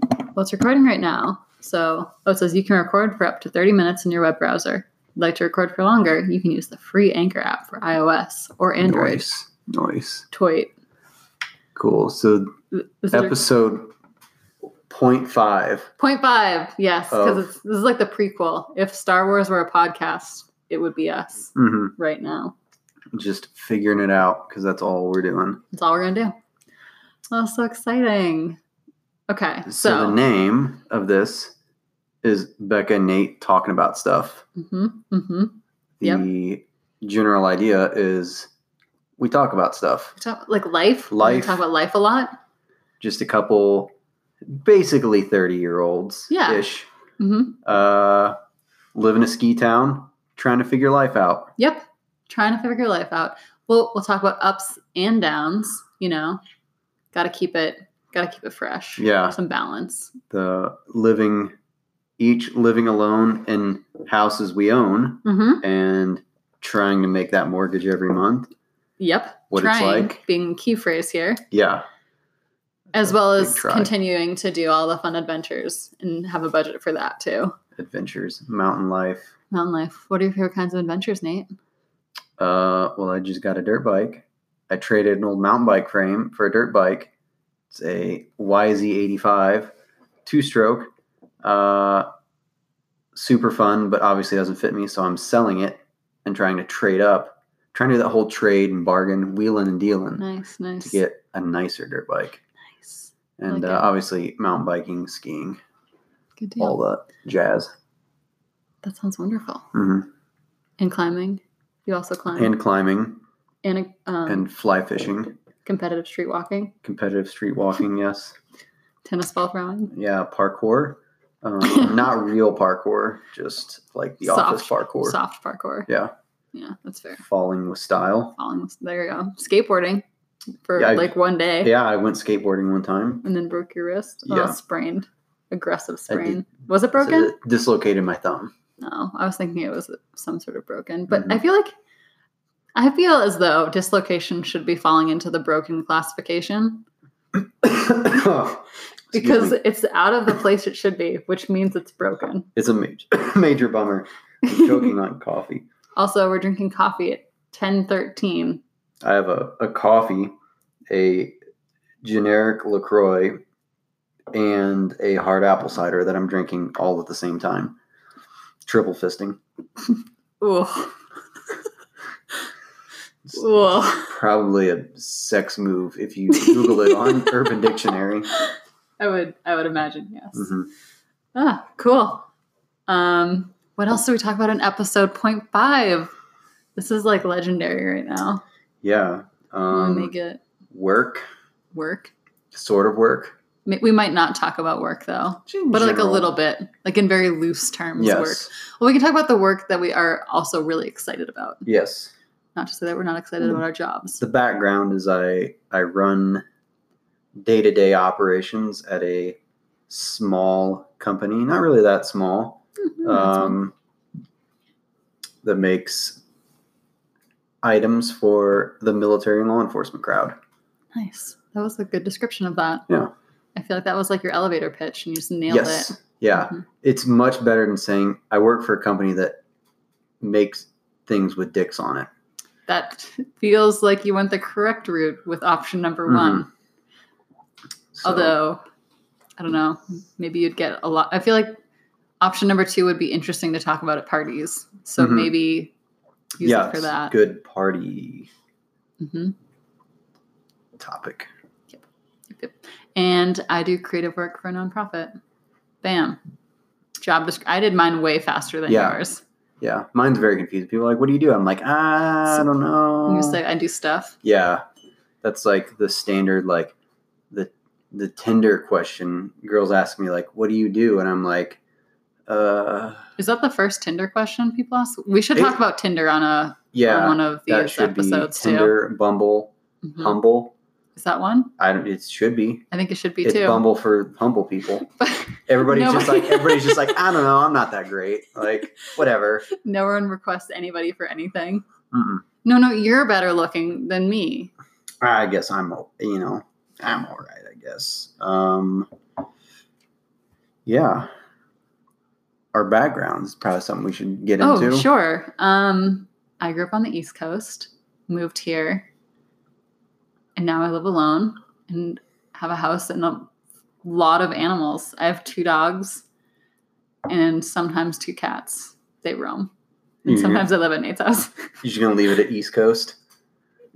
Well, it's recording right now. So, oh, it says you can record for up to 30 minutes in your web browser. If you'd like to record for longer, you can use the free Anchor app for iOS or Android. Nice. Nice. Toit. Cool. So This is episode point five. point five. Yes, because Of- this is like the prequel. If Star Wars were a podcast, it would be us hmm right now. Just figuring it out because that's all we're doing. That's all we're gonna do. Oh, so exciting. Okay, So, the so, name of this is Becca and Nate talking about stuff. hmm hmm The general idea is we talk about stuff. Talk, like life. We're gonna Life. Talk about life a lot. Just a couple, basically thirty year olds Yeah. ish, hmm uh, live in a ski town, trying to figure life out. Yep. Trying to figure your life out. We'll we'll talk about ups and downs. You know, got to keep it. Got to keep it fresh. Yeah. Some balance. The living, each living alone in houses we own. hmm and trying to make that mortgage every month. Yep. What it's Trying like. being key phrase here. Yeah. as well Big as try. continuing to do all the fun adventures and have a budget for that too. Adventures, mountain life. Mountain life. What are your favorite kinds of adventures, Nate? Uh, well, I just got a dirt bike. I traded an old mountain bike frame for a dirt bike. It's a YZ85 two stroke. Uh, super fun, but obviously doesn't fit me. So I'm selling it and trying to trade up, trying to do that whole trade and bargain, wheeling and dealing Nice, nice, to get a nicer dirt bike. nice. And Like uh, it. obviously, mountain biking, skiing, Good all deal. that jazz. That sounds wonderful. hmm And climbing. You also climb. and climbing and a, um, and fly fishing, competitive street walking, competitive street walking. Yes, tennis ball throwing. yeah, parkour. Um, not real parkour, just like the office parkour, Soft parkour. Yeah. Yeah, that's fair. falling with style. Falling. There you go. Skateboarding for Yeah, I- like one day Yeah, I went skateboarding one time. and then broke your wrist. Yeah. Oh, sprained. Aggressive I did- sprain. Was it So broken? it dislocated my thumb. No, I was thinking it was some sort of broken, but I Mhm. feel like I feel as though dislocation should be falling into the broken classification Excuse because me. it's out of the place it should be, which means it's broken. it's a major, major bummer. I'm choking on coffee. also, we're drinking coffee at ten thirteen. I have a, a coffee, a generic LaCroix, and a hard apple cider that I'm drinking all at the same time. Triple fisting. Ooh, It's ooh. probably a sex move if you Google it on Urban Dictionary. I would, I would imagine, yes. Mhm. Ah, cool. Um, what else do we talk about in episode point five? This is like legendary right now. Yeah. When Um, they get work, work. sort of work. Ma- We might not talk about work though, but like a General. little bit, like in very loose terms. Yes. Work. Well, we can talk about the work that we are also really excited about. Yes. Not to say that we're not excited about our jobs. The background is I I run day to day operations at a small company, not really that small, Mhm, that's fun. um, that makes items for the military and law enforcement crowd. nice. That was a good description of that. Yeah. I feel like that was like your elevator pitch, and you just nailed yes, it. yeah, Mhm. it's much better than saying I work for a company that makes things with dicks on it. That feels like you went the correct route with option number one. Mm-hmm. So, Although, I don't know, maybe you'd get a lot. I feel like option number two would be interesting to talk about at parties. So Mhm. maybe use yeah, it for it's that. good party Mm-hmm. topic. and I do creative work for a nonprofit. Bam. Job desc- I did mine way faster than Yeah. yours. Yeah, mine's very confusing. People are like, "What do you do?" I'm like, "I don't know." I'm just like, I do stuff. yeah, that's like the standard, like the the Tinder question. Girls ask me like, "What do you do?" and I'm like, "Uh, Is that the first Tinder question people ask? We should talk It- about Tinder on a on yeah, one of that these should be episodes too. Tinder, Bumble, Mhm. Humble." Is that one? I don't. It should be. I think it should be It's too. Bumble for humble people. Everybody's just Nobody- like everybody's just like I don't know. I'm not that great. Like whatever. no one requests anybody for anything. Mm-mm. No, no, you're better looking than me. I guess I'm. o- You know, I'm all right. I guess. Um, yeah, our backgrounds probably something we should get oh, into. sure. Um, I grew up on the East Coast, moved here, and now I live alone and have a house and a lot of animals. I have two dogs and sometimes two cats. They roam. And Mhm. sometimes I live at Nate's house. You're just gonna leave it at East Coast.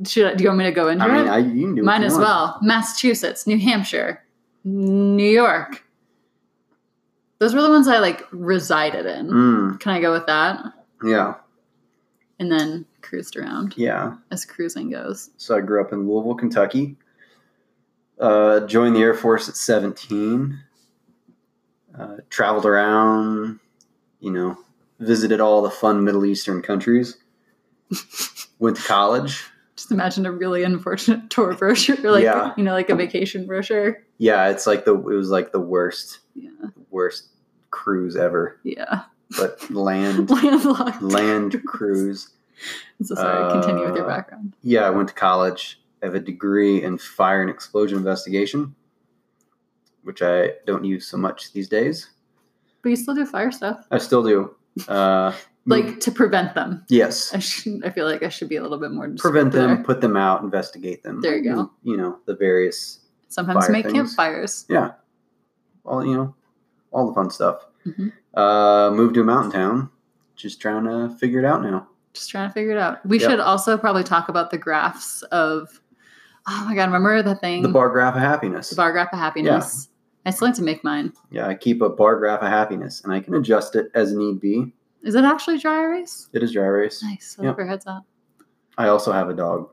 Should I, do you want me to go into I it? mean, I, you can do what Might you as want. well. Massachusetts, New Hampshire, New York. Those were the ones I like resided in. Mm, Can I go with that? yeah, And then cruised around yeah. as cruising goes. So I grew up in Louisville, Kentucky. Uh, joined the Air Force at 17. Uh, traveled around, you know, visited all the fun Middle Eastern countries. Went to college. Just imagine a really unfortunate tour brochure, or, like Yeah. you know, like a vacation brochure. Yeah, it's like the it was like the worst, Yeah, worst cruise ever. yeah. But land, Landlocked. land cruise. So sorry. continue with your Uh, background. Yeah, I went to college. I have a degree in fire and explosion investigation, which I don't use so much these days. But you still do fire stuff, I still do. Uh, like to prevent them. yes, I should. I feel like I should be a little bit more. prevent descriptive them, there. put them out, investigate them. There you go. You know the various, Sometimes fire make things. campfires. all you know, all the fun stuff. Mhm. Uh, moved to a mountain town, just trying to figure it out now. just trying to figure it out. We Yep. should also probably talk about the graphs of. Oh my god! Remember the thing, The bar graph of happiness. the bar graph of happiness. I still need to make mine. yeah, I keep a bar graph of happiness, and I can adjust it as need be. Is it actually dry erase? It is dry erase. Nice. I'll Yep. have your heads up. I also have a dog,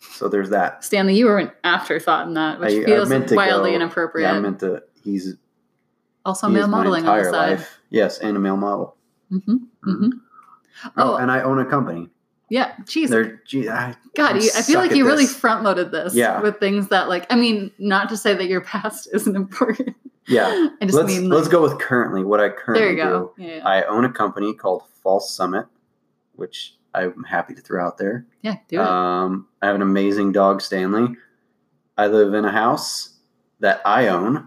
so there's that. Stanley, you were an afterthought in that, which I- I feels meant to wildly go- inappropriate. Yeah, I meant to. He's also, he male is my modeling on entire the side. life. Yes, and a male model. Mm-hmm. Mm-hmm. Oh, Oh. and I own a company. Yeah. Jeez. There, gee, I, God, you, I feel suck like at you really this. front loaded this Yeah. with things that, like, I mean, not to say that your past isn't important. yeah. I just let's mean, let's like, go with currently what I currently there you do. go. Yeah, yeah. I own a company called False Summit, which I'm happy to throw out there. yeah, do it. Um, I have an amazing dog, Stanley. I live in a house that I own.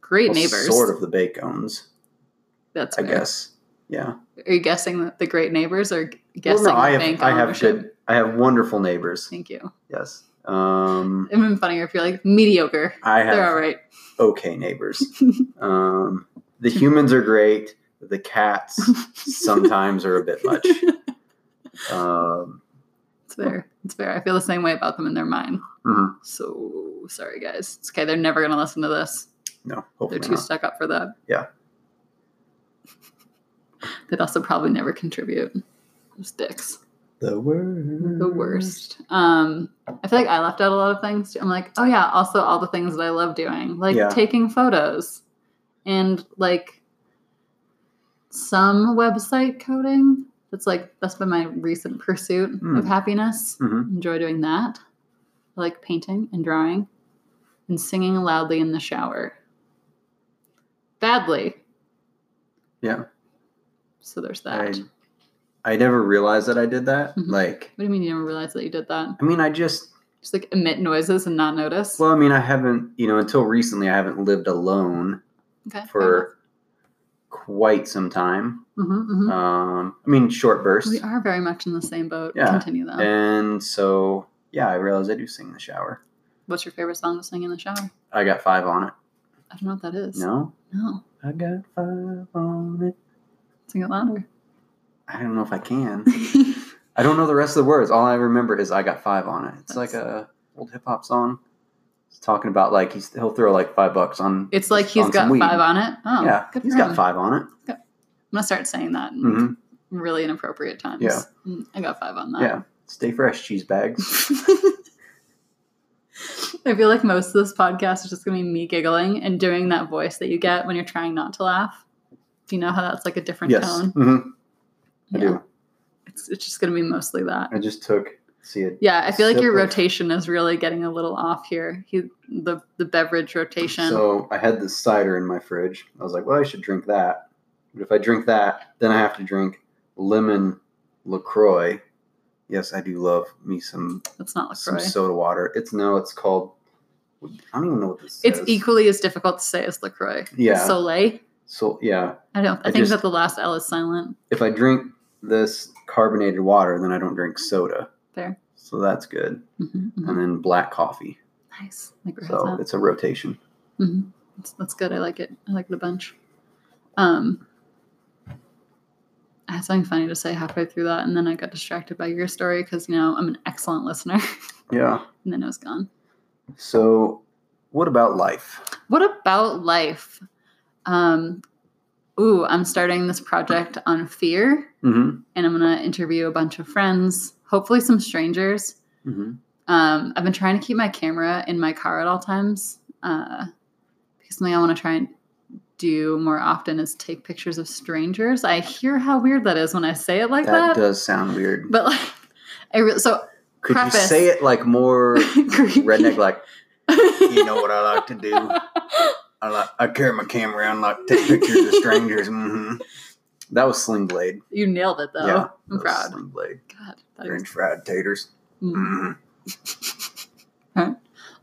Great Well, neighbors. Sort of the Bake owns, That's I fair. guess. Yeah. Are you guessing that the great neighbors are guessing well, no, I the have bank I have ownership? good I have wonderful neighbors. Thank you. Yes. Um, It would have been funnier if you're like mediocre. I have They're all right. okay neighbors. um, the humans are great. The cats sometimes are a bit much. Um, It's fair. It's fair. I feel the same way about them in their mind. mhm. So sorry, guys. It's okay. They're never going to listen to this. No, They're hopefully too not. stuck up for that. Yeah. They'd also probably never contribute. Those dicks. The worst. The worst. Um, I feel like I left out a lot of things. too. I'm like, oh yeah, also all the things that I love doing, like Yeah. taking photos, and like some website coding. That's like that's been my recent pursuit Hmm. of happiness. hmm Enjoy doing that. I like painting and drawing, and singing loudly in the shower. Badly. Yeah. So there's that. I, I never realized that I did that. Mhm. Like, What do you mean you never realized that you did that? I mean, I just, Just like emit noises and not notice. well, I mean, I haven't, you know, until recently, I haven't lived alone okay. for quite some time. Mhm, mhm. Um, I mean, short bursts. we are very much in the same boat. Yeah. Continue though. And so, yeah, I realized I do sing in the shower. What's your favorite song to sing in the shower? I got five on it. I don't know what that is. No? No. I got five on it. Sing it louder. I don't know if I can. I don't know the rest of the words. All I remember is I got five on it. It's like a old hip hop song. It's talking about like he's he'll throw like five bucks on. it's like he's on got some weed. five on it. Oh, yeah, good he's for got him. Mm-hmm. five on it. I'm gonna start saying that in hmm really inappropriate times. Yeah. Mm, I got five on that. Yeah, stay fresh, cheese bags. I feel like most of this podcast is just gonna be me giggling and doing that voice that you get when you're trying not to laugh. Do you know how that's like a different yes, tone? Mhm. I do. It's, it's just gonna be mostly that. I just took see it. Yeah, I feel like your Sip of- rotation is really getting a little off here. He, the the beverage rotation. So I had this cider in my fridge. I was like, well, I should drink that. But if I drink that, then I have to drink lemon Lacroix. Yes, I do love me some That's not some Lacroix. soda water. It's no, it's called. I don't even know what this. it's says. equally as difficult to say as Lacroix. Yeah. Soleil. So yeah, I don't. I, I think just- that the last L is silent. if I drink this carbonated water, then I don't drink soda. Fair. So that's good. Mhm, mhm. And then black coffee. Nice. Like Mm-hmm. So so it's a rotation. mm-hmm. that's, that's good. I like it. I like it a bunch. Um, I had something funny to say halfway through that, and then I got distracted by your story because you know I'm an excellent listener, Yeah. and then it was gone. So what about life? What about life? Um, ooh, I'm starting this project on fear, Mm-hmm. and I'm gonna interview a bunch of friends, hopefully some strangers. Mm-hmm. Um, I've been trying to keep my camera in my car at all times uh, because something I want to try and do more often is take pictures of strangers. I hear how weird that is when I say it like That that, does sound weird. but like, I re- so Could you preface. say it like more creepy. redneck like you know what I like to do? I like I carry my camera around like take pictures of strangers. hmm That was Sling Blade. You nailed it though. Yeah, that I'm was proud. Sling Blade. God, that is- French fried taters. mm. hmm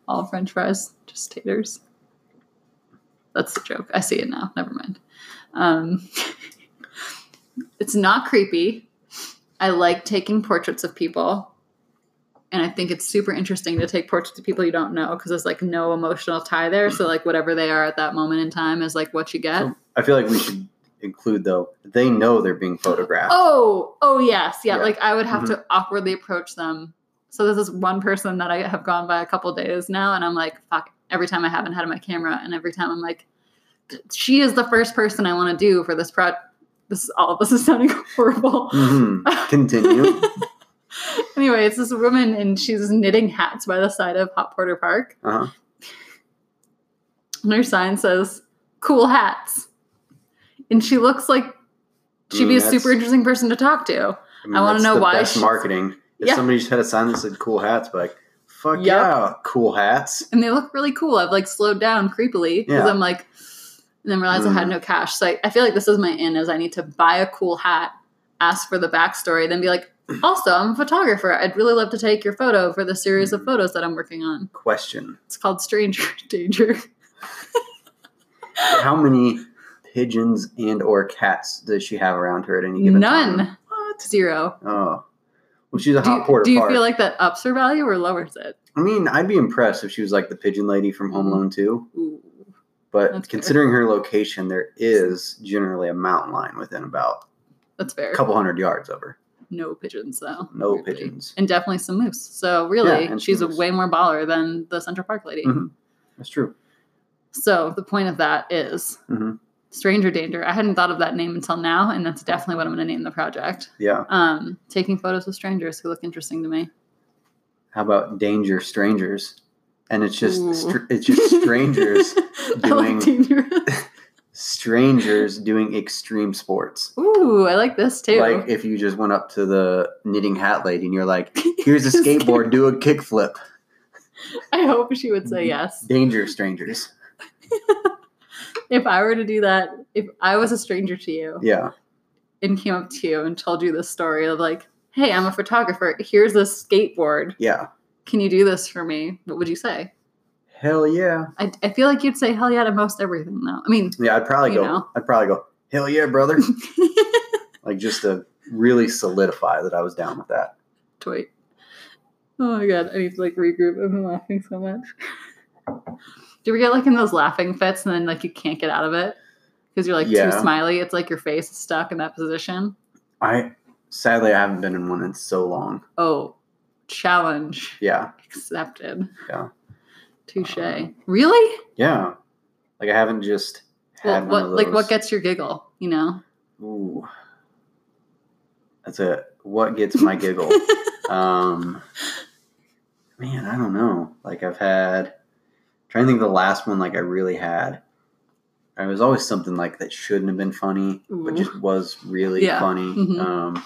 all french fries just taters that's the joke i see it now never mind um, it's not creepy i like taking portraits of people and i think it's super interesting to take portraits of people you don't know because there's like no emotional tie there so like whatever they are at that moment in time is like what you get So- I feel like we should include though. They know they're being photographed. oh oh yes yeah, Yeah. Mm-hmm. like i would have to awkwardly approach them so this is one person that i have gone by a couple days now and i'm like fuck every time i haven't had my camera and every time i'm like she is the first person i want to do for this pro this is all this is sounding horrible hmm Continue. anyway it's this woman and she's knitting hats by the side of hot porter park Uh-huh. and her sign says cool hats and she looks like she'd mean, be a that's- super interesting person to talk to mean, I wanna that's know the why Best she's- marketing. If Yeah. somebody just had a sign that said "cool hats," be like, fuck Yep. yeah, cool hats. and they look really cool. I've like slowed down creepily because Yeah. I'm like, and then realized I had Mm. no cash. So I, I feel like this is my in is I need to buy a cool hat, ask for the backstory, then be like, also I'm a photographer. I'd really love to take your photo for the series of Mm. photos that I'm working on. Question: It's called Stranger Danger. How many pigeons and or cats does she have around her at any given None. time? Zero. Oh. Well, she's a Do, hot you- porter. do you park. feel like that ups her value or lowers it? I mean, I'd be impressed if she was like the pigeon lady from Home Mhm. Alone 2, Ooh. but That's fair. considering her location, there is generally a mountain lion within about That's a fair. couple hundred yards of her. No pigeons though. No weirdly. pigeons. And definitely some moose. So really, Yeah, and she's a some moose. way more baller than the Central Park lady. Mhm. That's true. So the point of that is Mhm. Stranger Danger. I hadn't thought of that name until now, and that's definitely what I'm going to name the project. Yeah. Um, taking photos with strangers who look interesting to me. How about danger strangers? And it's just Ooh. str- it's just strangers I like doing- dangerous. strangers doing extreme sports. Ooh, I like this too. Like if you just went up to the knitting hat lady and you're like, "Here's a skateboard, do a kickflip." I hope she would mm-hmm. say yes. Danger strangers. If I were to do that, if I was a stranger to you Yeah. and came up to you and told you this story of like, hey, I'm a photographer. Here's this skateboard. Yeah. Can you do this for me? What would you say? Hell yeah. I, I feel like you'd say hell yeah to most everything though. I mean, Yeah, I'd probably You go. know? I'd probably go. Hell yeah, brother! like just to really solidify that I was down with that. Wait. Oh my god, I need to like regroup. I've been laughing so much. Do we get like in those laughing fits and then like you can't get out of it? Because you're like too Yeah. smiley. It's like your face is stuck in that position. I sadly I haven't been in one in so long. Oh, challenge Yeah, accepted. Yeah. Touche. Uh, really? yeah. Like I haven't just Well, had one what of like what those. gets your giggle, you know? Ooh, that's a what gets my giggle. um, man, I don't know. Like I've had trying to think of the last one. Like I really had. It was always something like that shouldn't have been funny, but Ooh. just was really Yeah. funny. Mhm. Um,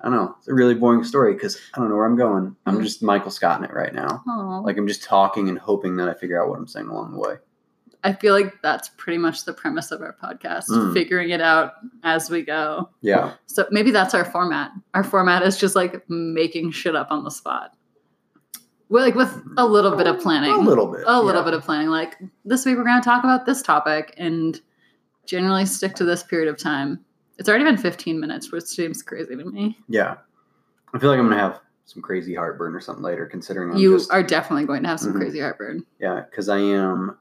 I don't know. It's a really boring story because I don't know where I'm going. I'm Mhm. just Michael Scott in it right now. Oh. Like I'm just talking and hoping that I figure out what I'm saying along the way. I feel like that's pretty much the premise of our podcast, Mm. figuring it out as we go. Yeah, So maybe that's our format. Our format is just like making shit up on the spot. Well, like with a little bit of planning. a little bit. A little yeah. bit of planning. Like this week we're going to talk about this topic and generally stick to this period of time. It's already been 15 minutes, which seems crazy to me. Yeah. I feel like I'm gonna have some crazy heartburn or something later, considering I'm you just, are definitely going to have some Mhm. crazy heartburn. yeah, because I am.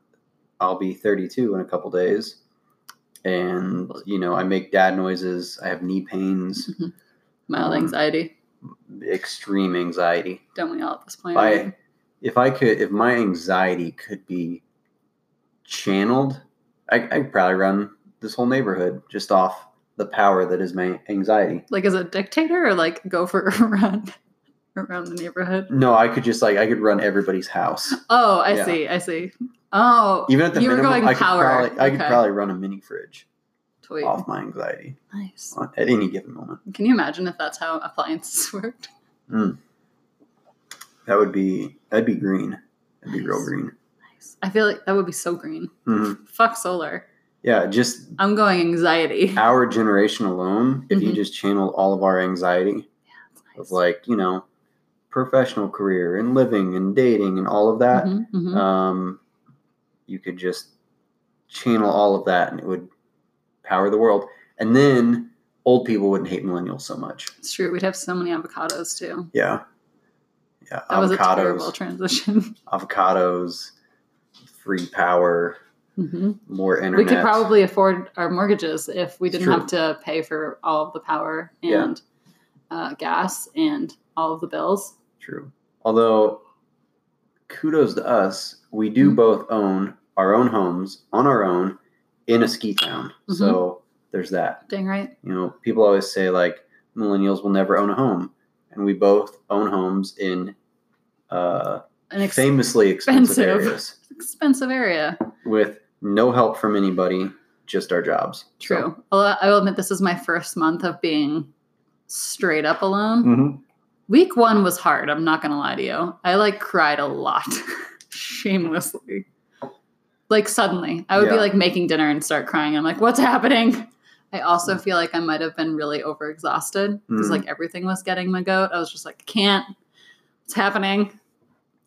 I'll be 32 in a couple days, and you know I make dad noises. I have knee pains, Mhm. Mild Um, anxiety. extreme anxiety. Don't we all at this point? I, if I could, if my anxiety could be channeled, I, I'd probably run this whole neighborhood just off the power that is my anxiety. like as a dictator or like go for a run around the neighborhood? No, I could just like I could run everybody's house. Oh, I Yeah. see. I see. Oh, Even at the you minimum, were going I could power. probably I could Okay. probably run a mini fridge Tweet. off my anxiety Nice. on- at any given moment. Can you imagine if that's how appliances worked? That would be that'd be green. That'd be real Nice. green. Nice. I feel like that would be so green. Mhm. Fuck solar. Yeah, just I'm going anxiety. our generation alone. If you Mhm. just channeled all of our anxiety of like you know, professional career and living and dating and all of that, Mhm, mhm. um, you could just channel all of that and it would power the world. And then old people wouldn't hate millennials so much. It's true. We'd have so many avocados too. Yeah, yeah. That was a terrible avocados, transition. avocados, free power, Mhm. more internet. We could probably afford our mortgages if we It's didn't true. have to pay for all of the power Yeah. and uh, gas and all of the bills. True. Although, kudos to us, we do Mhm. both own our own homes on our own in a ski town. Mhm. So there's that. Dang right. You know, people always say like millennials will never own a home, and we both own homes in uh, An ex- famously expensive, expensive. areas expensive area. with no help from anybody, just our jobs. True. Although I will admit, this is my first month of being straight up So, alone. mhm. Week one was hard. I'm not going to lie to you. I like cried a lot, shamelessly. Like suddenly, I would be Yeah. like making dinner and start crying. I'm like, what's happening? I also feel like I might have been really overexhausted because Mm. like everything was getting my goat. I was just like, can't. It's happening.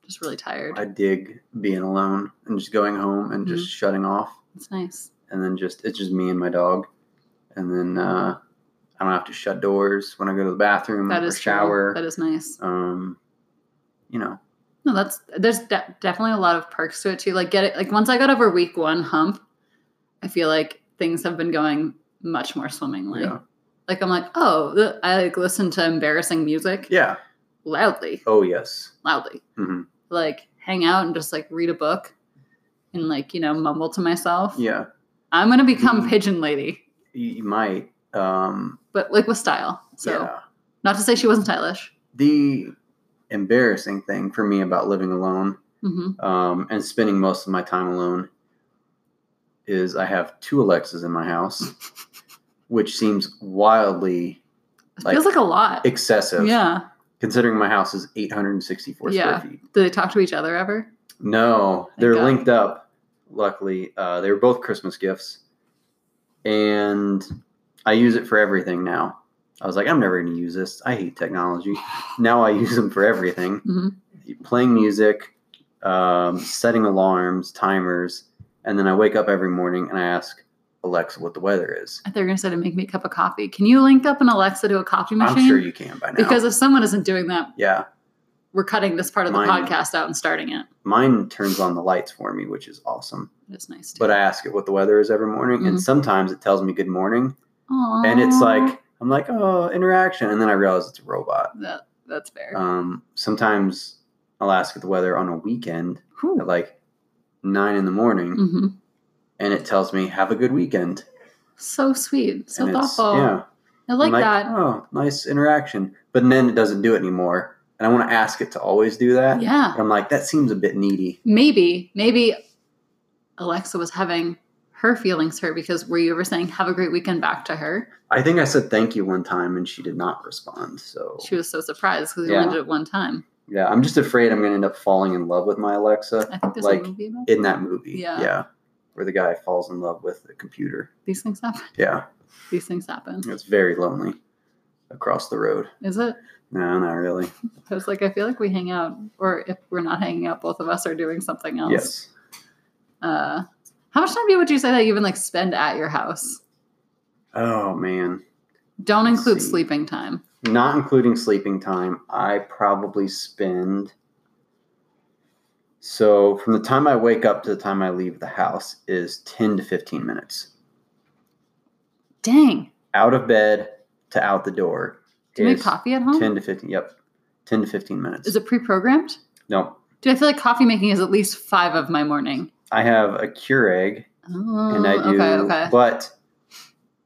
Just really tired. I dig being alone and just going home and just Mm-hmm. shutting off. It's nice. and then just it's just me and my dog, and then uh, I don't have to shut doors when I go to the bathroom That or is cool. shower. That is nice. um, you know, No, that's there's de- definitely a lot of perks to it too. Like get it like once I got over week one hump, I feel like things have been going much more swimmingly. yeah, Like I'm like, oh, th- I like listen to embarrassing music yeah. loudly, Oh yes, loudly. hmm Like hang out and just like read a book, and like you know mumble to myself. yeah. I'm gonna become Mhm. pigeon lady, You, you might. Um, but like with style. So yeah. not to say she wasn't stylish. The embarrassing thing for me about living alone hmm um, and spending most of my time alone is I have two Alexas in my house, which seems wildly It Like- feels like a lot. excessive. yeah. Considering my house is 864 Yeah. square feet. Do they talk to each other ever? No, Thank they're God. linked up. Luckily, uh, they were both Christmas gifts, and I use it for everything now. I was like, I'm never going to use this. I hate technology. Now I use them for everything: Mhm. playing music, um, setting alarms, timers, and then I wake up every morning and I ask Alexa what the weather is. I thought you were going to say to make me a cup of coffee. Can you link up an Alexa to a coffee machine? I'm sure you can by now. Because if someone isn't doing that, yeah, we're cutting this part of the Mine- podcast out and starting it. mine turns on the lights for me, which is awesome. It's nice too. But I ask it what the weather is every morning, and Mhm. sometimes it tells me good morning. Aw. and it's like I'm like, oh, interaction, and then I realize it's a robot. that. That's fair. Um, sometimes I'll ask the weather on a weekend at like nine in the morning, hmm and it tells me have a good weekend. So sweet, so and it's- thoughtful. Yeah, I like I'm that. Oh, nice interaction. But then it doesn't do it anymore, and I want to ask it to always do that. Yeah, But I'm like, that seems a bit needy. maybe, maybe Alexa was having her feelings hurt because were you ever saying "Have a great weekend" back to her? I think I said thank you one time, and she did not respond. So She was so surprised because you Yeah. only did it one time. yeah, I'm just afraid I'm going to end up falling in love with my Alexa I think there's Like, a movie about in that movie. Yeah. yeah, where the guy falls in love with the computer. these things happen. Yeah. These things happen. It's very lonely across the road. Is it? No, not really. I was like, I feel like we hang out, or if we're not hanging out, both of us are doing something else. Yes. Uh, How much time would you say that you even like spend at your house? Oh man. Don't Let's include see. sleeping time. Not including sleeping time, I probably spend so from the time I wake up to the time I leave the house is 10 to 15 minutes. Dang. Out of bed to out the door. Do you make is coffee at home? 10 to 15. Yep. 10 to 15 minutes. Is it pre-programmed? no. Dude, I feel like coffee making is at least five of my morning. I have a Keurig Oh, and I do okay, okay. but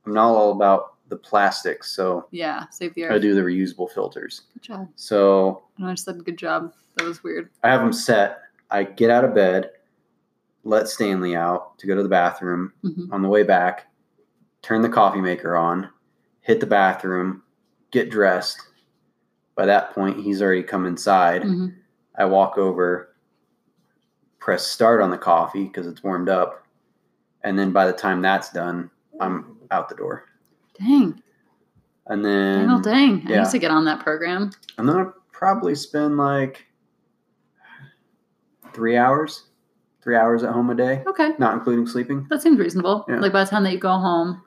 I'm not all about the plastic, so Yeah, save the I earth. do the reusable filters. Good job. So I know I said good job. That was weird. I have them set. I get out of bed, let Stanley out to go to the bathroom. Mhm. On the way back, turn the coffee maker on, hit the bathroom, get dressed. By that point, he's already come inside. Mhm. I walk over, press start on the coffee because it's warmed up. And then by the time that's done, I'm out the door. Dang. And Dang, oh, then dang. I yeah. need to get on that program. I'm going to probably spend like three hours, three hours at home a day. Okay. not including sleeping. That seems reasonable. Yeah. Like by the time that you go home,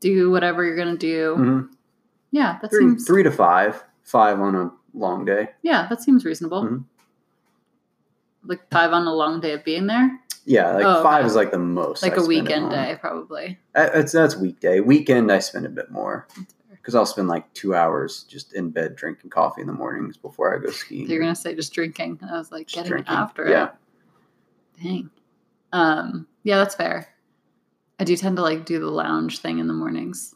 do whatever you're gonna do. hmm Yeah, that Three, seems three to five, five on a long day. yeah, that seems reasonable. Mhm. Like five on a long day of being there. Yeah, like Oh, okay. five is like the most. Like I a spend at weekend home. day, probably. Uh, That's that's weekday. Weekend I spend a bit more fair. because I'll spend like two hours just in bed drinking coffee in the mornings before I go skiing. You're gonna say just drinking. And I was like, Just getting drinking. after Yeah, it. Dang. Um, yeah, that's fair. I do tend to like do the lounge thing in the mornings.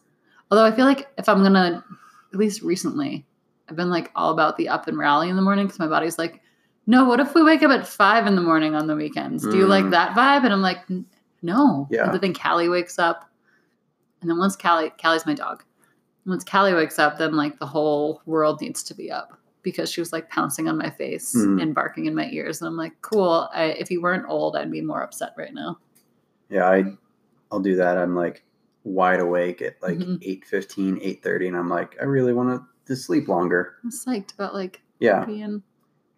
Although I feel like if I'm gonna, at least recently, I've been like all about the up and rally in the morning because my body's like, no, what if we wake up at five in the morning on the weekends? Do you like Mm. that vibe? And I'm like, "N- no. Yeah. But then Callie wakes up. And then once Callie, Callie's my dog. Once Callie wakes up, then like the whole world needs to be up because she was like pouncing on my face Mm. and barking in my ears. And I'm like, cool. I, if you weren't old, I'd be more upset right now. yeah. I I'll do that. I'm like wide awake at like Mhm. eight fifteen, eight thirty, and I'm like I really want to sleep longer. I'm psyched about like Yeah, being.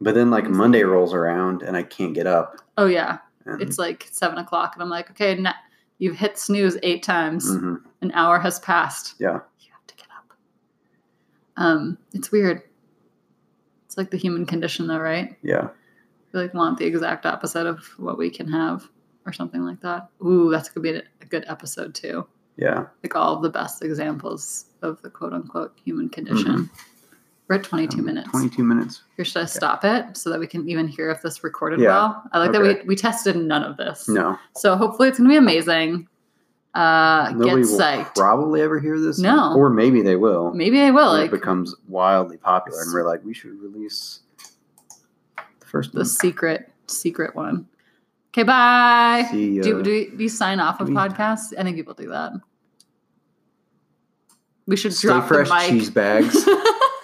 but then like Monday rolls around and I can't get up. Oh yeah, And, it's like seven o'clock, and I'm like, okay, na- you've hit snooze eight times. Mhm. An hour has passed. Yeah. you have to get up. Um, it's weird. It's like the human condition, though, right? Yeah. We like want the exact opposite of what we can have, or something like that. Ooh, that's gonna be a a good episode too. Yeah. like all of the best examples of the quote unquote human condition. We're at 22 Mm-hmm. Um, minutes. 22 minutes. Here, should I stop it so that we can even hear if this recorded Yeah. well? I like that Okay. we, we tested none of this. No. So hopefully it's going to be amazing. Uh, get Nobody will psyched. probably ever hear this. No. Or maybe they will. Maybe I will. when Like it becomes wildly popular and we're like, we should release the first the one. secret, secret one. Okay, bye. See ya. do, do, do you sign off do of we- podcasts? I think people do that. We should Stay drop fresh the mic. cheese bags.